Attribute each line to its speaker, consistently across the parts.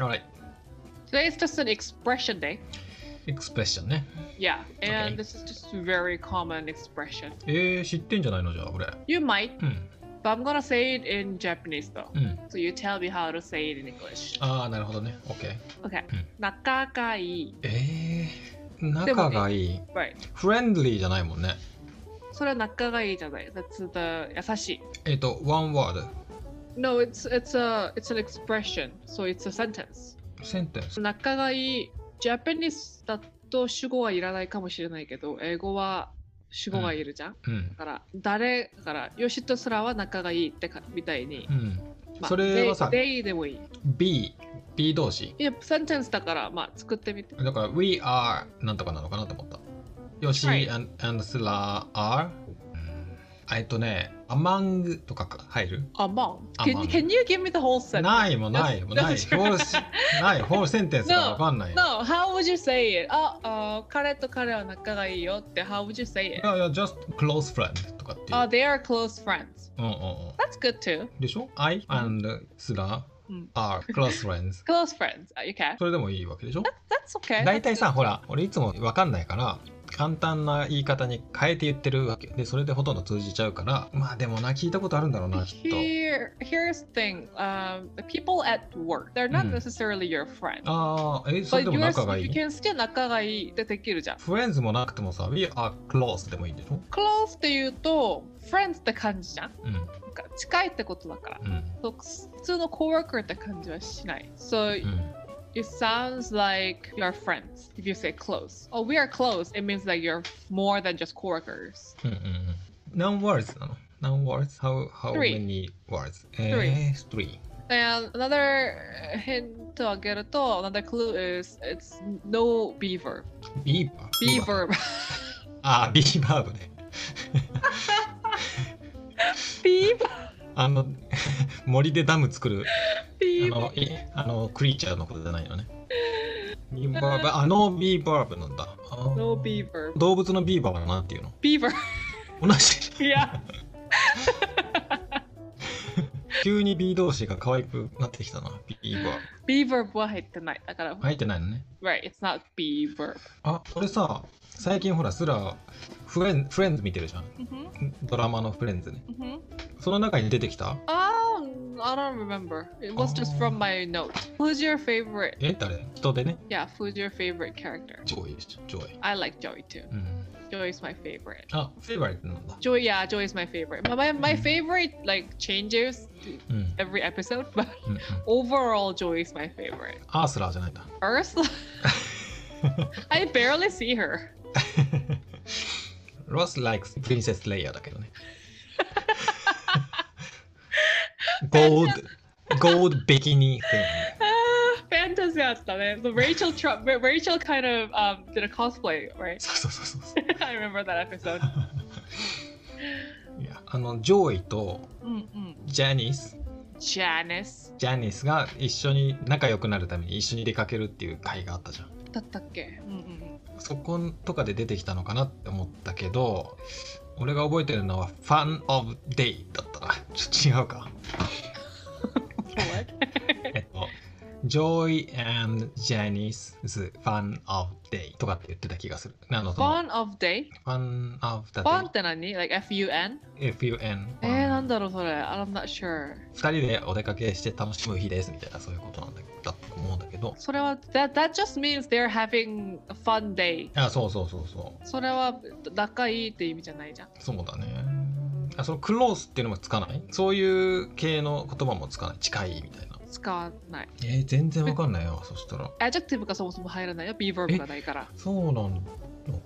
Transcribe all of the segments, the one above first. Speaker 1: Alright.
Speaker 2: Today is just an expression day.
Speaker 1: Expression ね。
Speaker 2: Yeah, and
Speaker 1: Okay.
Speaker 2: this is just very common expression.
Speaker 1: えー、知ってんじゃないのじゃあ、俺。
Speaker 2: You might,
Speaker 1: うん。
Speaker 2: but I'm gonna say it in Japanese though.
Speaker 1: うん。
Speaker 2: So you tell me how to say it in English.
Speaker 1: ああ、なるほどね。OK。
Speaker 2: Okay.
Speaker 1: うん。
Speaker 2: nakakai.
Speaker 1: えー、仲がいい。
Speaker 2: Right.
Speaker 1: フレンドリーじゃないもんね。
Speaker 2: それは仲がいいじゃない。That's the 優しい。
Speaker 1: えっ、と、ワンワー
Speaker 2: No, it's it's a it's an expression. So it's a sentence.
Speaker 1: ド。センテンス。
Speaker 2: 仲がいい。Japanese だと主語はいらないかもしれないけど、英語は主語がいるじゃん。
Speaker 1: うん
Speaker 2: だ。から誰だからヨシとスラは仲がいいってかみたいに
Speaker 1: う。ん。
Speaker 2: まあ
Speaker 1: それはさ
Speaker 2: they, they でもいい。
Speaker 1: B、B 同士。
Speaker 2: いや、センテンスだから、まあ、作ってみて。
Speaker 1: だから、We are なんとかなのかなと思った。よし、
Speaker 2: はい
Speaker 1: and, and Sla are? うんえっとね、Among とかか入る
Speaker 2: Among.
Speaker 1: Among.
Speaker 2: Can, can you give me the whole sentence?
Speaker 1: ないもんないもんない。
Speaker 2: よし
Speaker 1: ホールス、ない、ホールセンテンスがわかんない。い
Speaker 2: No, how would you say it? あ、あ彼と彼は仲がいいよって、how would you say it?
Speaker 1: やいや、just close friend とかっていう。
Speaker 2: あ、they are close friends.
Speaker 1: うんうんう
Speaker 2: That's good too.
Speaker 1: ん。でしょ ?I and Sla
Speaker 2: うん
Speaker 1: are close friends.
Speaker 2: Close friends. Uh, You can.
Speaker 1: それでもいいわけでしょ
Speaker 2: That's okay.
Speaker 1: 大体さ、ほら、俺いつもわかんないから、簡単な言い方に変えて言ってるわけで、それでほとんど通じちゃうから、まあでもな、聞いたことあるんだろう な、きっと。
Speaker 2: Here, here's the thing. Um, the people at work, they're not
Speaker 1: うん
Speaker 2: necessarily your friend.
Speaker 1: ああ、え、それ
Speaker 2: But
Speaker 1: で
Speaker 2: you,
Speaker 1: も
Speaker 2: are,
Speaker 1: 仲がい
Speaker 2: you
Speaker 1: い
Speaker 2: can still 仲がいいってできるじゃん。
Speaker 1: フレンズもなくてもさ、We are close でもいいんでしょ
Speaker 2: Close って言うと、friends って感じじゃん。
Speaker 1: うん、
Speaker 2: なんか近いってことだから。
Speaker 1: うん、
Speaker 2: そう普通の coworker って感じはしない。So
Speaker 1: うん。
Speaker 2: it sounds like you're friends if you say close. Oh, we are close. It means that you're more than just coworkers.
Speaker 1: うんうんうん。何 words なの何 words? How, how
Speaker 2: Three.
Speaker 1: many words? えー、three.
Speaker 2: And another hint to get another clue is it's no B verb.
Speaker 1: ビーバー
Speaker 2: B verb.
Speaker 1: ああ、ビーバーブね。
Speaker 2: B verb.
Speaker 1: あの、 森でダム作る、あ
Speaker 2: B
Speaker 1: の、いあのクリーチャーのことじゃないよね。ビーバーブ、あのビーバーブなんだ。あー
Speaker 2: No B verb.
Speaker 1: 動物のビーバーはなんていうの
Speaker 2: B verb.
Speaker 1: 同じ。
Speaker 2: Yeah.
Speaker 1: 急に B 同士が可愛くなってきたな、ビーバー。
Speaker 2: B verb は入ってない。だから、
Speaker 1: 入ってないのね。
Speaker 2: right, it's not B verb.
Speaker 1: あ、俺さ、最近ほら、スラ、フレンフレンズ見てるじゃん。
Speaker 2: Mm-hmm.
Speaker 1: ドラマのフレンズね。
Speaker 2: Mm-hmm.
Speaker 1: その中に出てきた
Speaker 2: Um, I don't remember. It was just from my note. Who's your favorite?
Speaker 1: え誰人でね。
Speaker 2: Yeah, who's your favorite character?
Speaker 1: ジョイ、ジョイ。
Speaker 2: I like Joey too.
Speaker 1: うん。
Speaker 2: Joey's my favorite.
Speaker 1: あ、フェイバリットなんだ。
Speaker 2: Joey, yeah, Joey's my favorite. My, my, my
Speaker 1: Mm.
Speaker 2: favorite like changes
Speaker 1: うん。うん
Speaker 2: every episode, but
Speaker 1: うん、
Speaker 2: overall, Joey's my favorite.
Speaker 1: アースラーじゃないんだ。
Speaker 2: Ursula, I barely see her.
Speaker 1: ロス likes Princess Leia だけどね。gold, gold bikini thing.
Speaker 2: Ah, fantasy だったね. The Rachel Trump, Rachel kind of um did a cosplay, right?
Speaker 1: そうそうそうそうそ
Speaker 2: I remember that episode.
Speaker 1: う。いや、あの、ジョイと
Speaker 2: Mm-mm.
Speaker 1: ジャニス、
Speaker 2: Janice,
Speaker 1: ジャニスが一緒に仲良くなるために一緒に出かけるっていう回があったじゃん。
Speaker 2: だったっけ？うんうん。
Speaker 1: そことかで出てきたのかなって思ったけど俺が覚えてるのは「ファン・オブ・デイ」だったなちょっと違うか
Speaker 2: What?
Speaker 1: えっと 「ジョイ・アンド・ジャニス・ズ・ファン・オブ・デイ」とかって言ってた気がするあのその
Speaker 2: Fun of day?
Speaker 1: ファン・オブ・
Speaker 2: Fun っ
Speaker 1: ダ
Speaker 2: て何 ?like F-U-N?
Speaker 1: デイ FUN
Speaker 2: えー、なんだろうそれ ?I'm not sure.
Speaker 1: 2人でお出かけして楽しむ日ですみたいなそういうことなんだだと思うんだけど
Speaker 2: それは、that, that just means they're having a fun day.
Speaker 1: あそうそうそうそう
Speaker 2: それは仲いいって意味じゃないじゃん。
Speaker 1: そうだねあそのクロースっていうのもつかないそういう系の言葉もつかない近いみたいな
Speaker 2: 使わない。
Speaker 1: えー、全然わかんない よそしたら
Speaker 2: adjective がそもそも入らないよ。be verb がないから。
Speaker 1: そうなの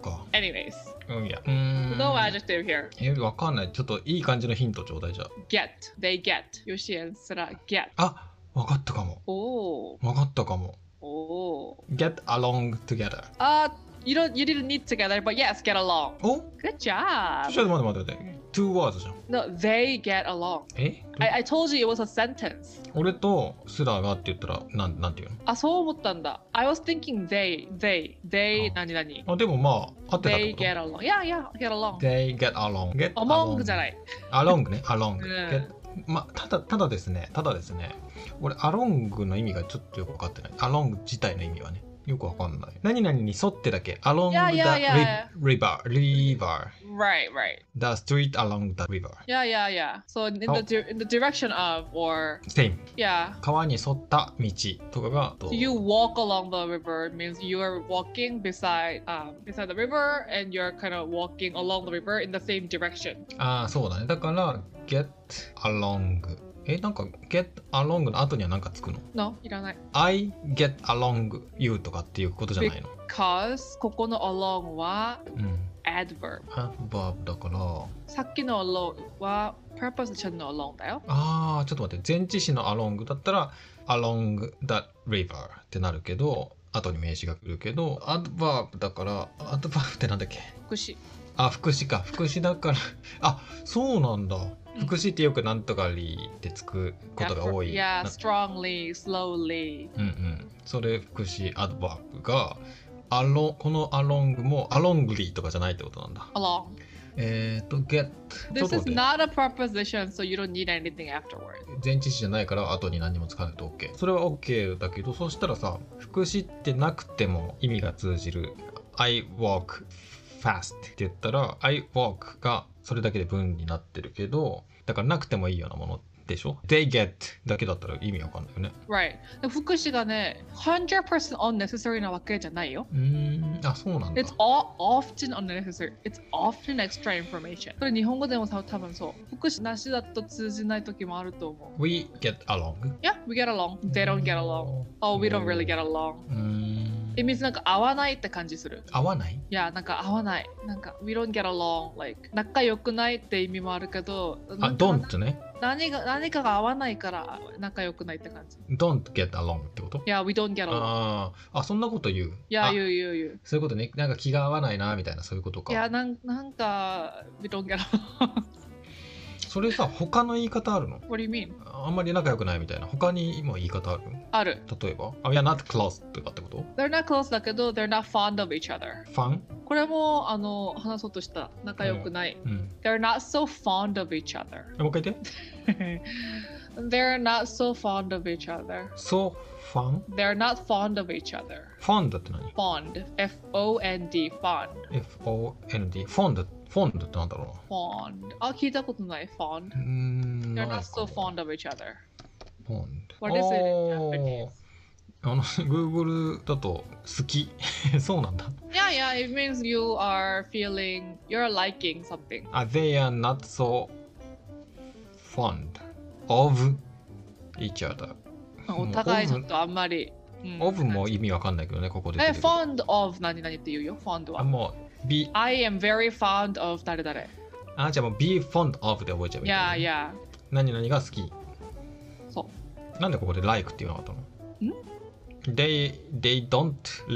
Speaker 1: か。
Speaker 2: Anyways,
Speaker 1: うん、いや。うーん
Speaker 2: no adjective here.
Speaker 1: え、わかんない。ちょっといい感じのヒントちょうだいじゃ
Speaker 2: get, they get. よしえんすら get.
Speaker 1: あ。あ、わかったかも。
Speaker 2: おー、
Speaker 1: わかったかも。
Speaker 2: おー。
Speaker 1: get along together。
Speaker 2: あ、you don't, you didn't need together, but yes, get along.
Speaker 1: お
Speaker 2: Good
Speaker 1: ちょ
Speaker 2: job.
Speaker 1: っと待って待って待って。two words じゃん。
Speaker 2: No, they get along.
Speaker 1: え
Speaker 2: I, I told you it was a sentence.
Speaker 1: 俺とスラがって言ったら、なんなんて言う
Speaker 2: あ、そう思ったんだ。I was thinking they, they, they
Speaker 1: あ
Speaker 2: 何々。
Speaker 1: のあ、でもまあ、合ってたっ
Speaker 2: They
Speaker 1: てこと
Speaker 2: get along. Yeah, yeah, get along.
Speaker 1: They get along. get
Speaker 2: Among
Speaker 1: along
Speaker 2: じゃない。
Speaker 1: along ね。along、
Speaker 2: うん
Speaker 1: get まあ、ただ、ただですね、ただですね、俺、アロングの意味がちょっとよくわかってない。アロング自体の意味はね、よくわかんない。何々に沿ってだけ、アロング
Speaker 2: Yeah,
Speaker 1: the
Speaker 2: yeah, yeah.
Speaker 1: ri- river, river,
Speaker 2: Right, right.
Speaker 1: the street along the river.
Speaker 2: Yeah, yeah, yeah. So in
Speaker 1: Oh.
Speaker 2: the di- in the direction of or
Speaker 1: same.
Speaker 2: yeah.
Speaker 1: 川に沿った道とかが、と
Speaker 2: So you walk along the river means you are walking beside um, beside the river and you're kind of walking along the river in the same direction.
Speaker 1: ああ、そうだね。だから、get along。え、なんか、get along の後には何かつくの
Speaker 2: No, you don't like
Speaker 1: ?I get along you とかっていうことじゃないの
Speaker 2: cause ここの along は
Speaker 1: うん。
Speaker 2: adverb.
Speaker 1: アドバーブだから、
Speaker 2: さっきの along は preposition の along だよ。
Speaker 1: あーちょっと待って前置詞の「along」だったら「along the river」ってなるけど後に名詞が来るけどアドバーブだからアドバーブってなんだっけ
Speaker 2: 福祉。
Speaker 1: あ副詞か副詞だからあそうなんだ副詞ってよくなんとかりってつくことが多いな
Speaker 2: Yeah, strongly, slowly.
Speaker 1: うんうんそれ副詞アドバーブがアロこの「along」も「alongly」とかじゃないってことなんだ
Speaker 2: Along.
Speaker 1: えっ、ー、と「get」ちょっ
Speaker 2: This
Speaker 1: と待
Speaker 2: is
Speaker 1: って
Speaker 2: not a preposition, so you don't need anything afterward.
Speaker 1: 前置詞じゃないから後に何もつかなくて OK それは OK だけどそしたらさ副詞ってなくても意味が通じる I walk fast って言ったら I walk がそれだけで文になってるけどだからなくてもいいようなものでしょ They get だけだったら意味わかんないよね
Speaker 2: Right. で福祉がね、100% unnecessary なわけじゃないよ。
Speaker 1: うーんあそうなんだ
Speaker 2: It's all often unnecessary. It's often extra information. これ日本語でもさ多分そう。福祉なしだと通じない時もあると思う。
Speaker 1: We get along
Speaker 2: Yeah, we get along. They don't get along. Oh, we don't really get along.
Speaker 1: うーん
Speaker 2: It means なんか合わないって感じする。
Speaker 1: 合わない
Speaker 2: いや、なんか合わない。なんか、we don't get along. Like, 仲良くないって意味もあるけど、な
Speaker 1: あ
Speaker 2: んか
Speaker 1: Don't ね
Speaker 2: 何が何かが合わないから仲良くないって感じ。
Speaker 1: Don't get along ってこと
Speaker 2: いや、we don't get along.
Speaker 1: あーあそんなこと言う
Speaker 2: いや、
Speaker 1: あ
Speaker 2: 言う言う言う。
Speaker 1: そういうことね、なんか気が合わないなみたいな、そういうこと
Speaker 2: いや
Speaker 1: か。
Speaker 2: なんなんか we don't get along
Speaker 1: それさ、他の言い方あるの
Speaker 2: What do you mean?
Speaker 1: あんまり仲良くないみたいな、他にも言い方ある
Speaker 2: ある
Speaker 1: 例えば、あ、いや、not close とかってこと
Speaker 2: They're not close だけど They're not fond of each other
Speaker 1: ファン
Speaker 2: これもあの話そうとした仲良くない、
Speaker 1: うん。
Speaker 2: They're not so fond of each other
Speaker 1: えもう一回言って。
Speaker 2: They're not so fond of each other
Speaker 1: so, ファン
Speaker 2: They're not fond of each other
Speaker 1: ファンだって何
Speaker 2: Fond F-O-N-D Fond
Speaker 1: ?F-O-N-D。フォンド、フォンドってなんだろ
Speaker 2: Fond あ聞いたことない Fond
Speaker 1: うな。うーん。
Speaker 2: They're
Speaker 1: ない
Speaker 2: not
Speaker 1: か
Speaker 2: so fond of each other
Speaker 1: フォンド。
Speaker 2: What is it in
Speaker 1: おー
Speaker 2: Japanese?
Speaker 1: あの、Google だと、好き。 そうなんだ。
Speaker 2: Yeah, yeah, it means you are feeling, you're liking something.
Speaker 1: あ、they are not so fond of each other.
Speaker 2: お互いちょっとあんまり。うん
Speaker 1: オブも意味わかんないけどね、ここで出
Speaker 2: え、
Speaker 1: てくる。
Speaker 2: fond of 何々って言うよ、fond
Speaker 1: あ、
Speaker 2: は。
Speaker 1: もう、be、
Speaker 2: I am very fond of 誰々。
Speaker 1: あ、じゃあもう be fond of で覚えちゃえばい
Speaker 2: い
Speaker 1: いんだ
Speaker 2: や
Speaker 1: ね
Speaker 2: いや。
Speaker 1: 何々が好き。
Speaker 2: そ
Speaker 1: なんでここで like って言わなかったの ?They, they don't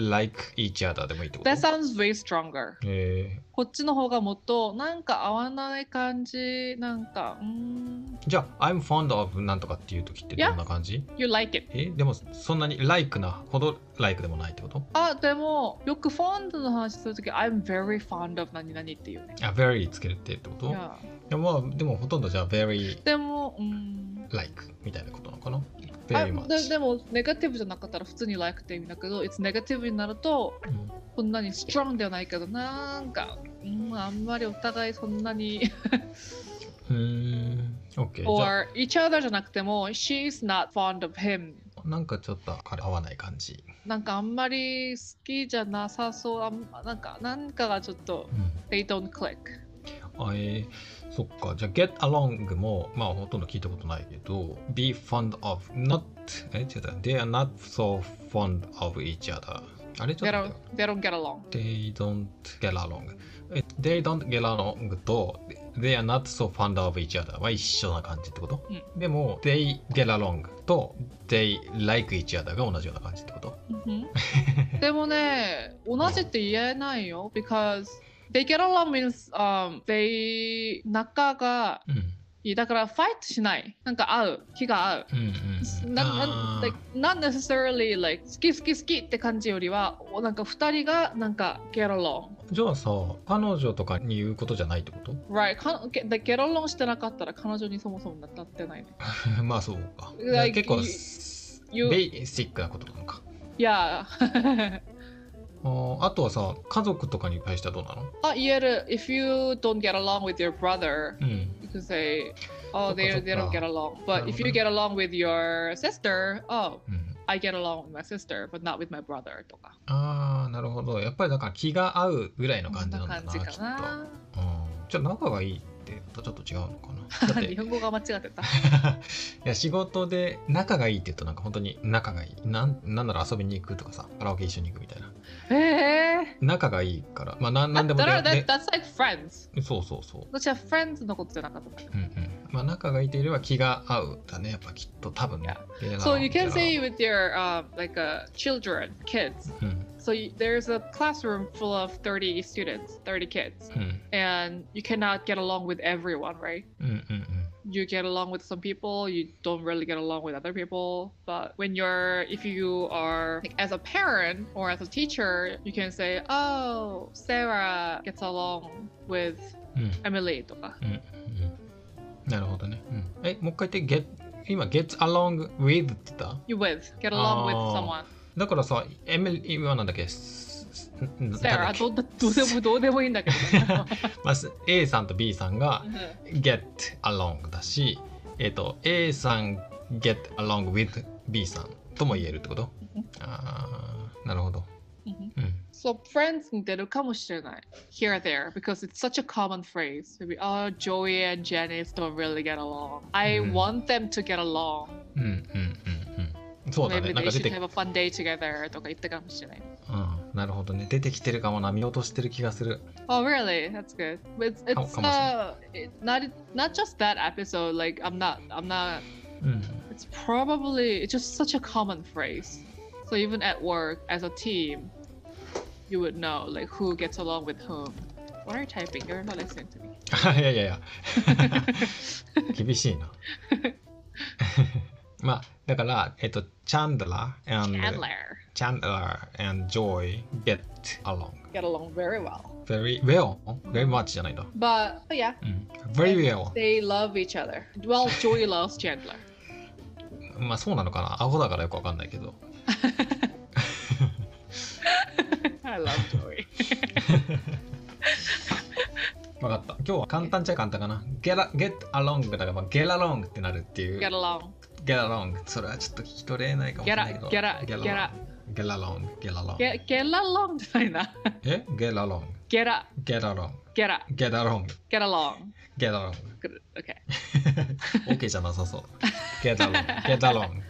Speaker 1: like each other でもいいってこ
Speaker 2: That
Speaker 1: と
Speaker 2: sounds way stronger.
Speaker 1: え
Speaker 2: こっちの方がもっとなんか合わない感じ、なんか、うーん、
Speaker 1: ー、じゃあ、I'm fond of なんとかっていう時ってどんな感じ
Speaker 2: you like it.
Speaker 1: え、でもそんなに like なほど like でもないってこと
Speaker 2: あ、でも、よく fond の話するとき、I'm very fond of 何々って言うね。
Speaker 1: あ、very つけるってってこと
Speaker 2: い
Speaker 1: い
Speaker 2: や
Speaker 1: やまあ、でもほとんどじゃあ very
Speaker 2: でも、うーん。
Speaker 1: like みたいなことなのかな
Speaker 2: あ
Speaker 1: ?very
Speaker 2: で
Speaker 1: much。
Speaker 2: でも、ネガティブじゃなかったら普通に like って意味だけど、it's negative になると、
Speaker 1: うん
Speaker 2: そんなにストロングではないけどなんか、うん、あんまりお互いそんなに
Speaker 1: うーん、OK。じゃあ
Speaker 2: or each other じゃなくても she's not fond of him
Speaker 1: なんかちょっと彼合わない感じ。
Speaker 2: なんかあんまり好きじゃなさそうあんなんかなんかがちょっと they don't click
Speaker 1: あえーそっか。じゃあ、get along も、まあ、ほとんど聞いたことないけど、be fond of, not, え、違った。they are not so fond of each other. あれちょ
Speaker 2: they
Speaker 1: っと待
Speaker 2: don't
Speaker 1: って。
Speaker 2: they don't
Speaker 1: they
Speaker 2: get along
Speaker 1: don't get along. え they don't get along と they are not so fond of each other は一緒な感じってこと、
Speaker 2: うん
Speaker 1: でも they get along と they like each other が同じような感じってこと
Speaker 2: でもね同じって言えないよ because they get along means、um, they 仲が
Speaker 1: うん。
Speaker 2: いやだからファイトしないなんか合う気が合う
Speaker 1: うんうん。
Speaker 2: な
Speaker 1: あ
Speaker 2: な
Speaker 1: ー
Speaker 2: like, not necessarily like 好き好き好きって感じよりはおなんか二人がなんか get along
Speaker 1: じゃあさ、彼女とかに言うことじゃないってこと
Speaker 2: right か get, like, get along してなかったら彼女にそもそもなってないね
Speaker 1: まあそうか。
Speaker 2: Like,
Speaker 1: 結構
Speaker 2: you-
Speaker 1: す、
Speaker 2: you-
Speaker 1: ベーシックなことなのか。
Speaker 2: いや
Speaker 1: あーあとはさ、家族とかに対してはどうなの
Speaker 2: あ言える if you don't get along with your brother
Speaker 1: うん。
Speaker 2: you can say oh they, they don't
Speaker 1: そっかそっか。
Speaker 2: get along but if you
Speaker 1: なるほどね。
Speaker 2: get along with your sister oh
Speaker 1: うん、
Speaker 2: I get along with my sister but not with my brother とか
Speaker 1: ああ、なるほど。やっぱりだから気が合うぐらいの
Speaker 2: こん
Speaker 1: 感じな
Speaker 2: な
Speaker 1: んだな、
Speaker 2: 感じ
Speaker 1: きっ
Speaker 2: か
Speaker 1: と。う
Speaker 2: な
Speaker 1: ん、じゃあ仲がいいってまたちょっと違うのか な。だって
Speaker 2: 日本語が間違って た
Speaker 1: いや仕事で仲がいいって言うとなんか本当に仲がいいなんなんなら遊びに行くとかさカラオケ一緒に行くみたいな
Speaker 2: ええ
Speaker 1: 仲がいいからまあなんなんでも
Speaker 2: だから
Speaker 1: ね
Speaker 2: that, that's like friends
Speaker 1: ねそうそうそう
Speaker 2: 私は friends のことじゃなかった
Speaker 1: うんうんまあ仲がいいというよりは気が合うだねやっぱきっと多分ね
Speaker 2: So you can
Speaker 1: い
Speaker 2: say
Speaker 1: や
Speaker 2: with your uh, like uh, children, kids.
Speaker 1: うん
Speaker 2: So you, there's a classroom full of 30 students, 30 kids,
Speaker 1: うん
Speaker 2: and you cannot get along with everyone, right?
Speaker 1: うんうんうん。
Speaker 2: You get along with some people, you don't really get along with other people. But when you're, if you are like, as a parent or as a teacher, you can say, "Oh, Sarah gets along with
Speaker 1: うん
Speaker 2: Emily." とか。
Speaker 1: うんうんなるほどね、うん、えもう一回言って get 今 get along with って言った
Speaker 2: You with get along with
Speaker 1: あー
Speaker 2: someone.
Speaker 1: だからさエミリー今なんだっけすんなんだ
Speaker 2: Sarah
Speaker 1: っけ
Speaker 2: どうだどうでもどうでもいいんだけど。
Speaker 1: まあ、す A さんと B さんが
Speaker 2: うん
Speaker 1: get along だし、えっと A さん get along with B さんとも言えるってこと
Speaker 2: うん
Speaker 1: あーなるほど、
Speaker 2: Mhm.
Speaker 1: うん
Speaker 2: So friends に出るかもしれない here or there because it's such a common phrase. Maybe oh Joey and Janice don't really get along. I
Speaker 1: うん
Speaker 2: want them to get along.
Speaker 1: うんうんうんうんそうだ
Speaker 2: Maybe
Speaker 1: ねなん
Speaker 2: they
Speaker 1: か出
Speaker 2: should
Speaker 1: て
Speaker 2: have a fun day together とか言ったかもしれない。
Speaker 1: うん、なるほどね出てきてるかもな見落としてる気がする
Speaker 2: Oh really? That's good. But it's,
Speaker 1: か
Speaker 2: it's
Speaker 1: かもしれ
Speaker 2: uh it, not not just that episode. Like I'm not I'm not.
Speaker 1: うん、
Speaker 2: It's probably it's just such a common phrase. So even at work as a team, you would know like who gets along with whom. What are you typing? You're not listening to me.
Speaker 1: いやいやいや 厳しいな まあだからえっとチャンドラー and
Speaker 2: Chandler.
Speaker 1: チャンドラー and Joy get along
Speaker 2: get along very well.
Speaker 1: very well very much じゃないんだ
Speaker 2: But, but yeah,
Speaker 1: うん、very well
Speaker 2: they love each other. Well, Joey loves Chandler.
Speaker 1: まあそうなのかなアホだからよくわかんないけど
Speaker 2: I love Joey.
Speaker 1: わかった今日は簡単っちゃ簡単かな get, a- get along だから、まあ、get along ってなるっていう
Speaker 2: Get along.
Speaker 1: get along それはちょっと聞き取れないかもしれないけど
Speaker 2: Get a- get a-
Speaker 1: along
Speaker 2: get a-
Speaker 1: get along get along
Speaker 2: Get get along じゃないな。
Speaker 1: え get along
Speaker 2: Get up.
Speaker 1: get along
Speaker 2: Get up.
Speaker 1: get along
Speaker 2: Get along.
Speaker 1: get along
Speaker 2: Good. Okay.
Speaker 1: OK じゃなさそう get along get along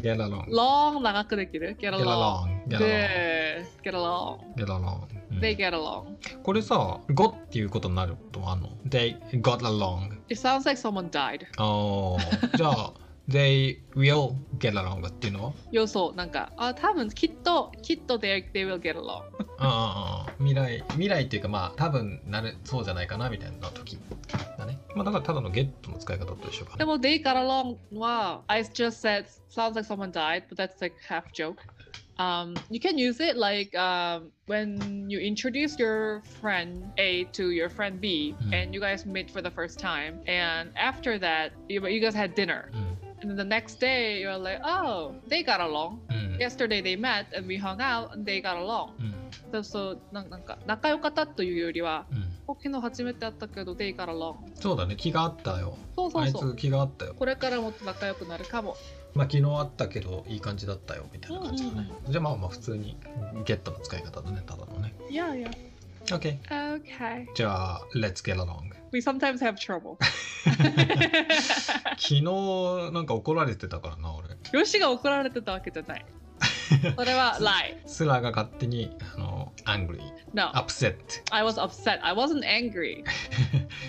Speaker 1: get along
Speaker 2: Long 長くできる。Get
Speaker 1: get
Speaker 2: along.
Speaker 1: along get along
Speaker 2: Good. Get along.
Speaker 1: get along うん
Speaker 2: They get along.
Speaker 1: これさ got っていうことになることもあんの they got along
Speaker 2: It sounds like someone died.
Speaker 1: あ あ、じゃあ、they will get along っていうのは
Speaker 2: 要素なんか、あ、多分きっと、きっと they, they will get along.
Speaker 1: ああ、未来、未来っていうかまあ、多分なる、そうじゃないかなみたいな時だね。まあ、だからただのゲットの使い方と一緒か
Speaker 2: で
Speaker 1: な。
Speaker 2: も they got along. Wow. I just said sounds like someone died, but that's like half joke. Um, you can use it like um, when you introduce your friend A to your friend B,
Speaker 1: Mm.
Speaker 2: and you guys meet for the first time. And after that, you, you guys had dinner.
Speaker 1: うん。
Speaker 2: And then the next day, you're like, oh, they got along.
Speaker 1: うん。
Speaker 2: Yesterday they met and we hung out and they got along.
Speaker 1: うん。
Speaker 2: So, so なん-なんか仲良かったというよりは、
Speaker 1: うん。
Speaker 2: 昨日初めて会ったけど they got along.
Speaker 1: そうだね、気があったよ。あい
Speaker 2: そうそうそう。
Speaker 1: つ気があったよ。
Speaker 2: これからもっと仲良くなるかも。
Speaker 1: まあ、昨日あったけど、いい感じだったよみたいな感じだね。じゃあまあまあ、普通にゲットの使い方だね、ただのね。
Speaker 2: Yeah, yeah.
Speaker 1: OK。
Speaker 2: Okay.
Speaker 1: じゃあ、let's get along。
Speaker 2: We sometimes have trouble.
Speaker 1: 昨日なんか怒られてたからな、俺。
Speaker 2: ヨシが怒られてたわけじ ゃない。それは lie.
Speaker 1: スラが勝手に、あの、アングリー、
Speaker 2: No,
Speaker 1: アップセット。
Speaker 2: I was upset. I wasn't angry.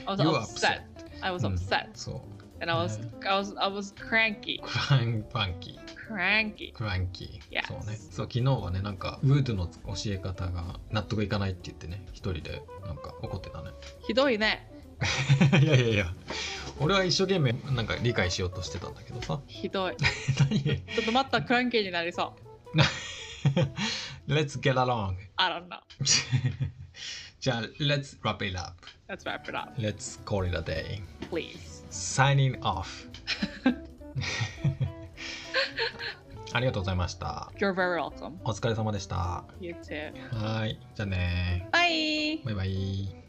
Speaker 2: I was
Speaker 1: You were
Speaker 2: upset. I was
Speaker 1: Mm. upset.
Speaker 2: upset,
Speaker 1: そう。
Speaker 2: and I was I was I was cranky.
Speaker 1: クランパンキー。
Speaker 2: Cranky.
Speaker 1: クランキー。
Speaker 2: Yes.
Speaker 1: そうね。そう、昨日はね、なんか、ウードの教え方が納得いかないって言ってね、一人でなんか怒ってたね。
Speaker 2: ひどいね。
Speaker 1: いやいやいや俺は一生懸命なんか理解しようとしてたんだけどさ
Speaker 2: ひどい。
Speaker 1: 何
Speaker 2: ちょっとまたクランケーになりそう。
Speaker 1: Let's get along
Speaker 2: I don't know.
Speaker 1: じゃあ Let's wrap it up
Speaker 2: Let's wrap it up,
Speaker 1: Let's call it a day
Speaker 2: please.
Speaker 1: Signing off ありがとうございました
Speaker 2: You're very welcome.
Speaker 1: お疲れ様でした
Speaker 2: You too.
Speaker 1: はいじゃあね
Speaker 2: Bye.
Speaker 1: バイバイ